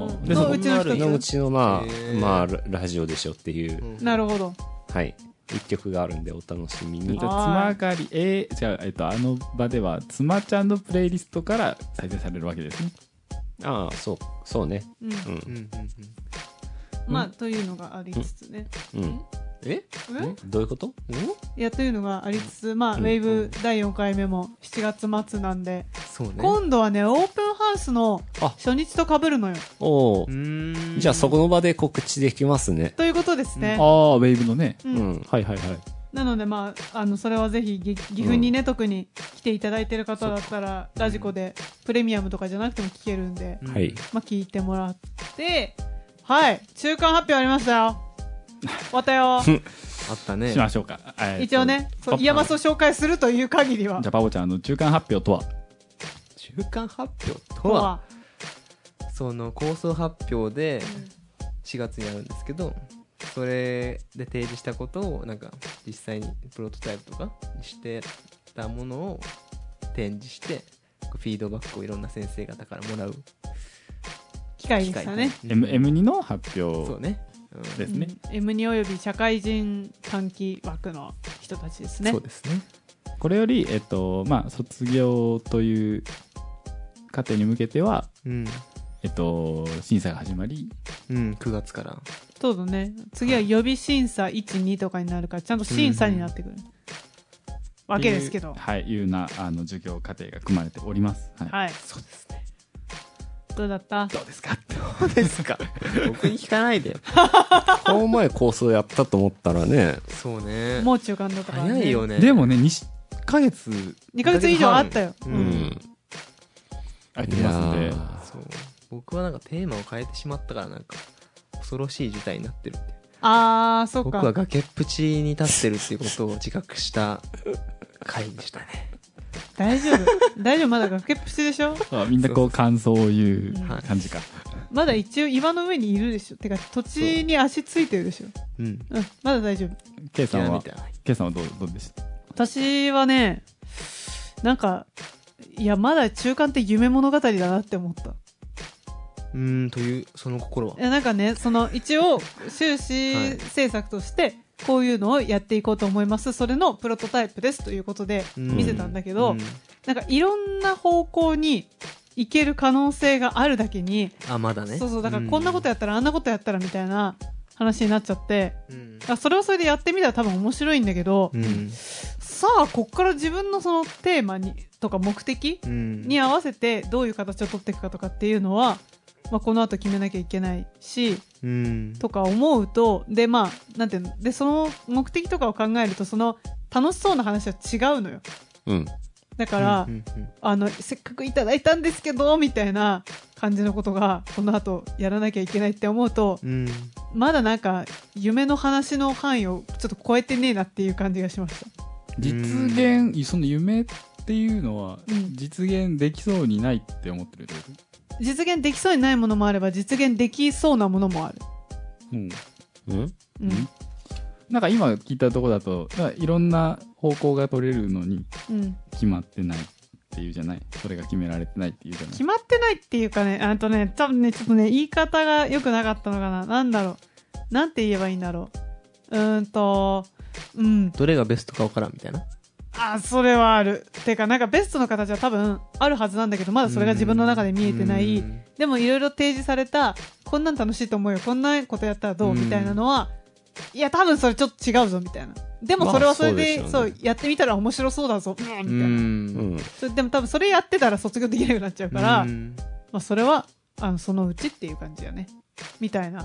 ーで
の
そこ
うちの
そのう
一つ
ちのま
へ
あ
ー
まあララジオでしょっていう、
うん
なるほど
はい一曲があるんでお楽しみに
じゃあつまがりえー、じゃあ、えっと、あの場ではつまちゃんのプレイリストから再生されるわけですね
ああそうそうね
うん
う
うんんうんうん
まあというのがありつつね
うん
え
うん
どういうこと
いやというのがありつつまあウ
うん
ェーブ第4回目も7月末なんで
そうね
今度はねオープンハウスの
あ
初日とかぶるのよ
おお
うーん
じゃあそこの場で告知できますね
ということです
あ
ね
あウェーブのね
う
うんん
はいはいはい
なのでまああのそれはぜひぎ岐阜にね、特に来ていただいてる方だったらラジコでプレミアムとかじゃなくても聞けるんで、
うん
はい
まあ聞いてもらってはい中間発表ありましたよ終わったよ
[LAUGHS] あったね
しましょうか、えーと
一応ねそう
パパ
イヤマスを紹介するという限りは
じゃあパボちゃんあの中間発表とは
中間発表と
と
は
は
その構想発表で4月にやるんですけどそれで提示したことをなんか実際にプロトタイプとかしてたものを展示してフィードバックをいろんな先生方からもらう
機会
機
でし
会
たね、
M- M2 の発
そう
表
ね、うん
ですね、
うん M におよび社会人短期枠の人たちですね
そうですね
これよりえっとまあ卒業という過程に向けては
うん、
えっと審査が始まり
うん、9月から
そうだね次は予備審査12とかになるからちゃんと審査になってくる、わけですけど、
はいいうようなあの授業過程が組まれておりますはい、
はい。
そうですね
どうだった
どうですか
どうですか [LAUGHS] 僕に聞かないでよ
この前構想やったと思ったらね
そうね
もう中間だったから、ね。
早いよね
でもね2ヶ月
2ヶ月以上あったよ。
う
うんん
空いて
いや
ますんで
ー
そう僕はなんかテーマを変えてしまったからなんか恐ろしい事態になってるって
あー、そっ
僕は
か。
崖っぷちに立ってるっていうことを自覚した回でしたね。
大丈夫。大丈夫、まだ崖っぷちでしょ
そうみんなこう感想を言
うん
う感じか
まだ一応岩の上にいるでしょてか、土地に足ついてるでしょ
うん。
[LAUGHS] うん、まだ大丈夫。
K さん
諦め
は
てない。
K さんはどうどうでした
私はね、なんか、いや、まだ中間って夢物語だなって思った。
うーん、という、その心は。
いやなんかね、その、一応、収支政策として、こういうのをやっていこうと思います。それのプロトタイプですということで
うん
見せたんだけど、
うん
なんかいろんな方向に行ける可能性があるだけに、
あ、まだね。
そうそうだからこんなことやったらあんなことやったらみたいな話になっちゃって
うん。
あそれはそれでやってみたら多分面白いんだけど、
うん。
さあこっから自分のそのテーマにとか目的
うん。
に合わせてどういう形を取っていくかとかっていうのは、まあ、この後決めなきゃいけないし
うん。
とか思うとでまあなんていうのでその目的とかを考えるとその楽しそうな話は違うのよ。
うん
だから、
うんうん
あの、せっかくいただいたんですけど、みたいな感じのことが、この後やらなきゃいけないって思うと、
うんうん
まだなんか、夢の話の範囲をちょっと超えてねえなっていう感じがしました。
実現、その夢っていうのは
うん、
実現できそうにないって思ってるってこと
実現できそうにないものもあれば、実現できそうなものもある。
うん。
うん
うん。
なんか今聞いたとこだと、なんかいろんな方向が取れるのに
うん。
決まってないっていうじゃないそれが決められてないっていうじゃない
決まってないっていうかね、あとね、多分ね、ちょっとね、言い方が良くなかったのかな。なんだろう。なんて言えばいいんだろう。うーんと、うん。
どれがベストか分からんみたいな
あ、それはある。てか、なんかベストの形は多分あるはずなんだけど、まだそれが自分の中で見えてない。でもいろいろ提示された、こんなん楽しいと思うよ。こんなことやったらどう
うん
みたいなのは、いや、多分それちょっと違うぞ、みたいな。でもそれはそれで、
まあ
そ
そう
う
でしょうね
やってみたら面白そうだぞ、うんみたいな。
うん
それでも多分それやってたら卒業できなくなっちゃうから、
うん
まあ、それはあのそのうちっていう感じだねみたいな、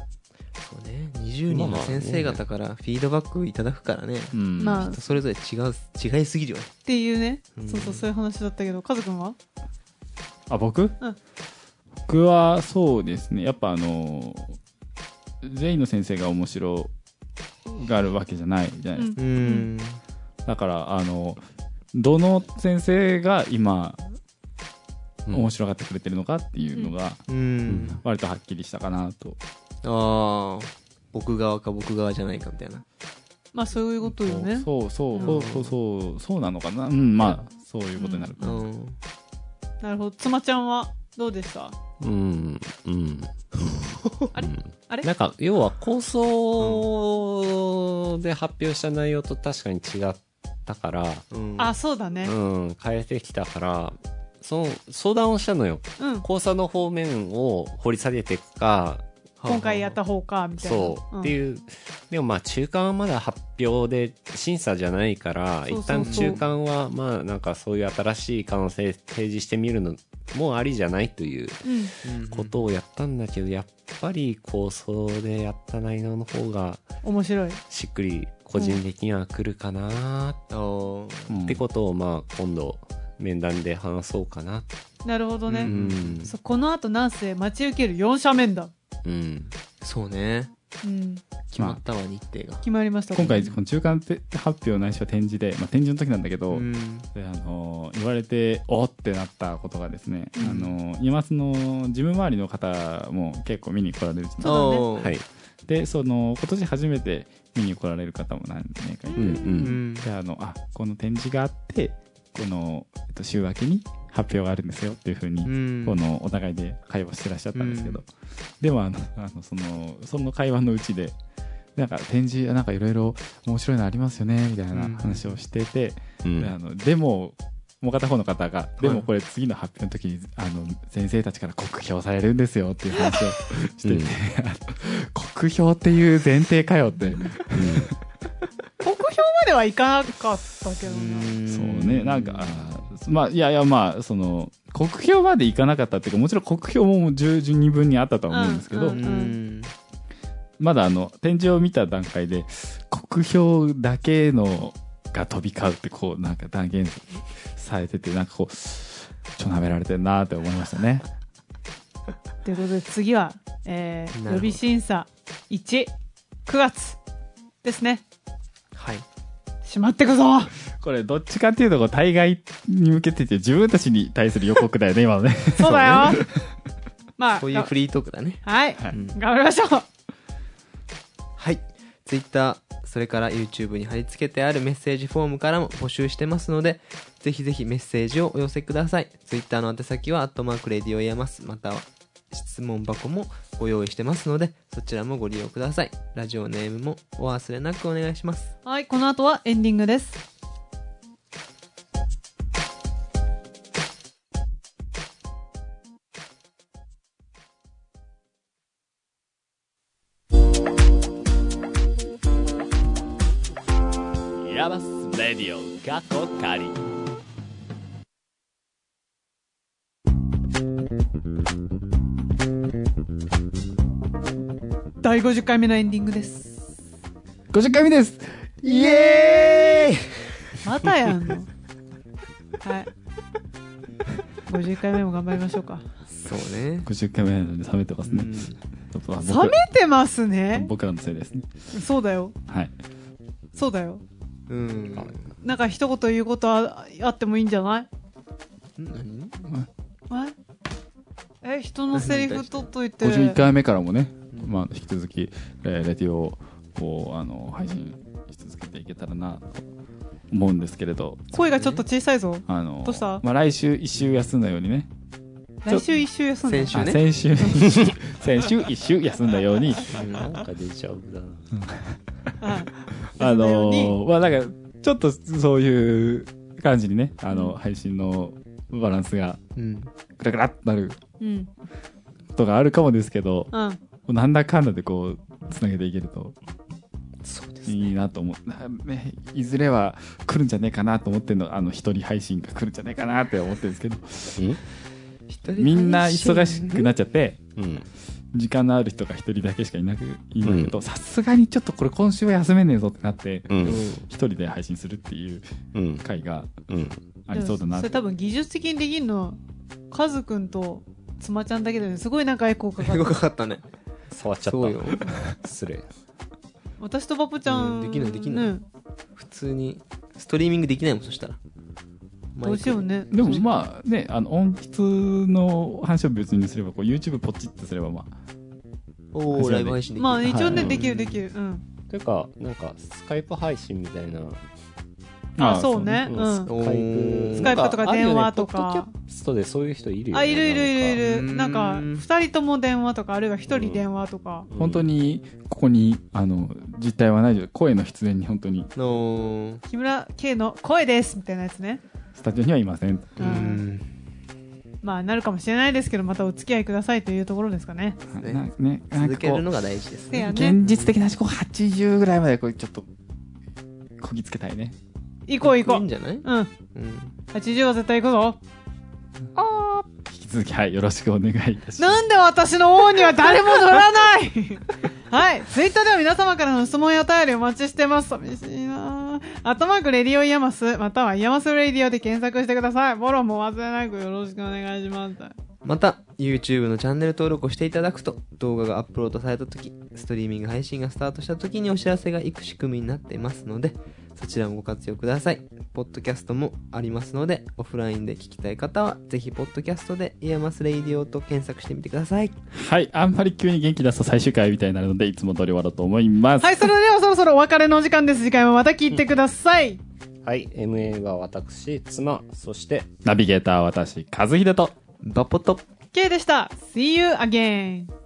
そうね20人の先生方からフィードバックいただくからね
うん
まあっ
人それぞれ違う違いすぎるよね
ていうね、
うん
そうそうそういう話だったけどカズくんは
あ、僕、僕はそうですね。やっぱあの、全員の先生が面白がるわけじゃないじゃないですか。
うん
だから、あの、どの先生が今、
うん
面白がってくれてるのかっていうのが、
うん
割とはっきりしたかなと。
ああ僕側か僕側じゃないかみたいな
まあそういうことよね
そうそう
う
そ
ん
うそうそう、そうなのかな。うん、まあ、そういうことになるか
う
な。
ん
なるほど妻ちゃんはどうでした
うんうん
あれ
なんか要は構想で発表した内容と確かに違ったから、
うん
あそうだね
うん、変えてきたからその相談をしたのよ
うん、
交差の方面を掘り下げていくか
今回やった方かみたいな
そう、
ん
っていうでもまあ中間はまだ発表で審査じゃないから
そうそうそう
一旦中間はまあなんかそういう新しい可能性提示してみるのもありじゃないという
うん
ことをやったんだけど、やっぱり構想でやった内容の方が
面白い
しっくり個人的には来るかな
あー
うん
ってことをまあ今度面談で話そうかな
なるほどね、
うん
そうこのあとなんせ待ち受ける4社面談、
うん
そうね
うん、
決まったわ日程が
決まりました
今回、この中間て発表ないしは展示で、まあ、展示の時なんだけど、
うん
であの言われておーってなったことがですね、
うん
あの今その事務周りの方も結構見に来られるじゃない
そ
あー
はい
でその今年初めて見に来られる方も何名かいて、
うんう
うんん
であのあこの展示があってこの、えっと、週明けに発表があるんですよっていうふうに、
うん
このお互いで会話してらっしゃったんですけど、でもあの [LAUGHS] あのそのその会話のうちでなんか展示なんかいろいろ面白いのありますよねみたいな話をしてて、
うん
であのでももう片方の方が、で
は
も
い
これ次の発表の時に、あの、先生たちから酷評されるんですよっていう話をしてて、 [LAUGHS]
うん
あの酷評っていう前提かよって、
国評まではいかなかったけどな
そうね、なんか、あーまあ、いやいや、まあ、その、酷評までいかなかったっていうか、もちろん酷評も十十二分にあったとは思うんですけど、
うん
うん
まだあの、展示を見た段階で、酷評だけのが飛び交うって、こう、なんか断言されてて、なんかこう、ちょっと舐められてるなーって思いましたね。
ということで次は、え
なるほ
ー、
ど
予備審査19月ですね
はい
しまってくぞ
これ、どっちかっていうと、こう、対外に向けてて、自分たちに対する予告だよね、今の [LAUGHS] ね。
そうだよまあ
そういうフリートークだね
はい、
はい
うん
頑張りましょう
はい。Twitter、それから YouTube に貼り付けてあるメッセージフォームからも募集してますので、ぜひぜひメッセージをお寄せください。Twitter の宛先は、アットマークレディオイヤマス、または質問箱もご用意してますので、そちらもご利用ください。ラジオネームもお忘れなくお願いします。
はいこの後はエンディングです
ヤマスレディオ過去仮
第50回目のエンディングです
50回目ですイエーイ
またやんのはい50回目も頑張りましょうか。
そうね
50回目なので冷めてますね。ちょっとまあ僕ら
冷めてますね。
僕らのせいですね。
そうだよ。
はい。
そうだよ。
うん
なんか一言言うことはあってもいいんじゃない
何
ええ、人のセリフ取っといて。
51回目からもね、まあ、引き続き、えーレディオをこうあの配信し続けていけたらなと思うんですけれど、
声がちょっと小さいぞ。
あの
どうした
まあ、来週1週休んだようにね、
来週一週休んで
先。週
あ
ね
先週先週1週休んだように、
なんか出ちゃうな。
うん
[LAUGHS] あ
休んだよ
の
うに
まあ、なんかちょっとそういう感じにね、あの配信のバランスが
うん
グラグラっとなる
うん。
ことがあるかもですけど、
うん。
なんだかんだでこう、つなげていけると。いいなと思う、なね。いずれは来るんじゃねえかなと思ってんの、あの、一人配信が来るんじゃねえかなって思ってるんですけど、みんな忙しくなっちゃって、
うん。
時間のある人が一人だけしかいなく、いないけど、さすがにちょっとこれ今週は休めねえぞってなって、
うん。
一人で配信するっていう
うん。
回が
うん。
ありそうだな
それ多分技術的にできるの、カズくんと妻ちゃんだけだよね。すごいなんかエコーかか
[LAUGHS]
英語
る。
かかったね
触っちゃった。
そうよ
失礼。
私とパポちゃん。
うんできないできない
ね
普通にストリーミングできないもんそしたら
どうしようね。
でもまあね、あの音質の話を別にすれば、こう YouTube ポチってすればまあ、
おおライブ配信できる
まあ一応ね、
はい
できるできる。うん。
ていうか、なんか、スカイプ配信みたいな。
あ、そうね。
うん
うん。
おー
スカイプとか電話と
なんあるよ
か
ねポッドキャストでそういう人いるよね。
あ、いるいるいるいる。な
なんん
か、
か
二人とも電話とか、あるいは一人電話とか。
うん
本当。にここにあの実態はないけど声の出演に本当に
の
木村圭の声ですみたいなやつね。
スタジオにはいません
う。
うんん
まあ、なるかもしれないですけど、またお付き合いくださいというところですかね。
ね
なねなん
続
か
け
こ
る
う
のが大事です
せ
ね
やね。
現実的なこう80ぐらいまでこうちょっとこぎつけたいね
行こう行
いい
こ
んじゃない、
う。うん。
うん、
80は絶対行くぞ。
引き続きはいよろしくお願いいたします
なんで私の王には誰も乗らないはい。ツイッターでは皆様からの質問やお便りお待ちしてます。寂しいなぁ。アットマークレディオイヤマス、またはイヤマスレディオで検索してください。フォローも忘れなくよろしくお願いします。
また YouTube のチャンネル登録をしていただくと動画がアップロードされた時ストリーミング配信がスタートした時にお知らせがいく仕組みになっていますのでそちらもご活用くださいポッドキャストもありますのでオフラインで聞きたい方はぜひポッドキャストでイヤマスレイディオと検索してみてください
はいあんまり急に元気出すと最終回みたいになるのでいつも通り終わろうと思います
はい、それではそろそろお別れのお時間です。次回もまた聞いてください。
はい。MA が私、妻、そして、
ナビゲーターは私和秀と
バポト
K でした。See you again!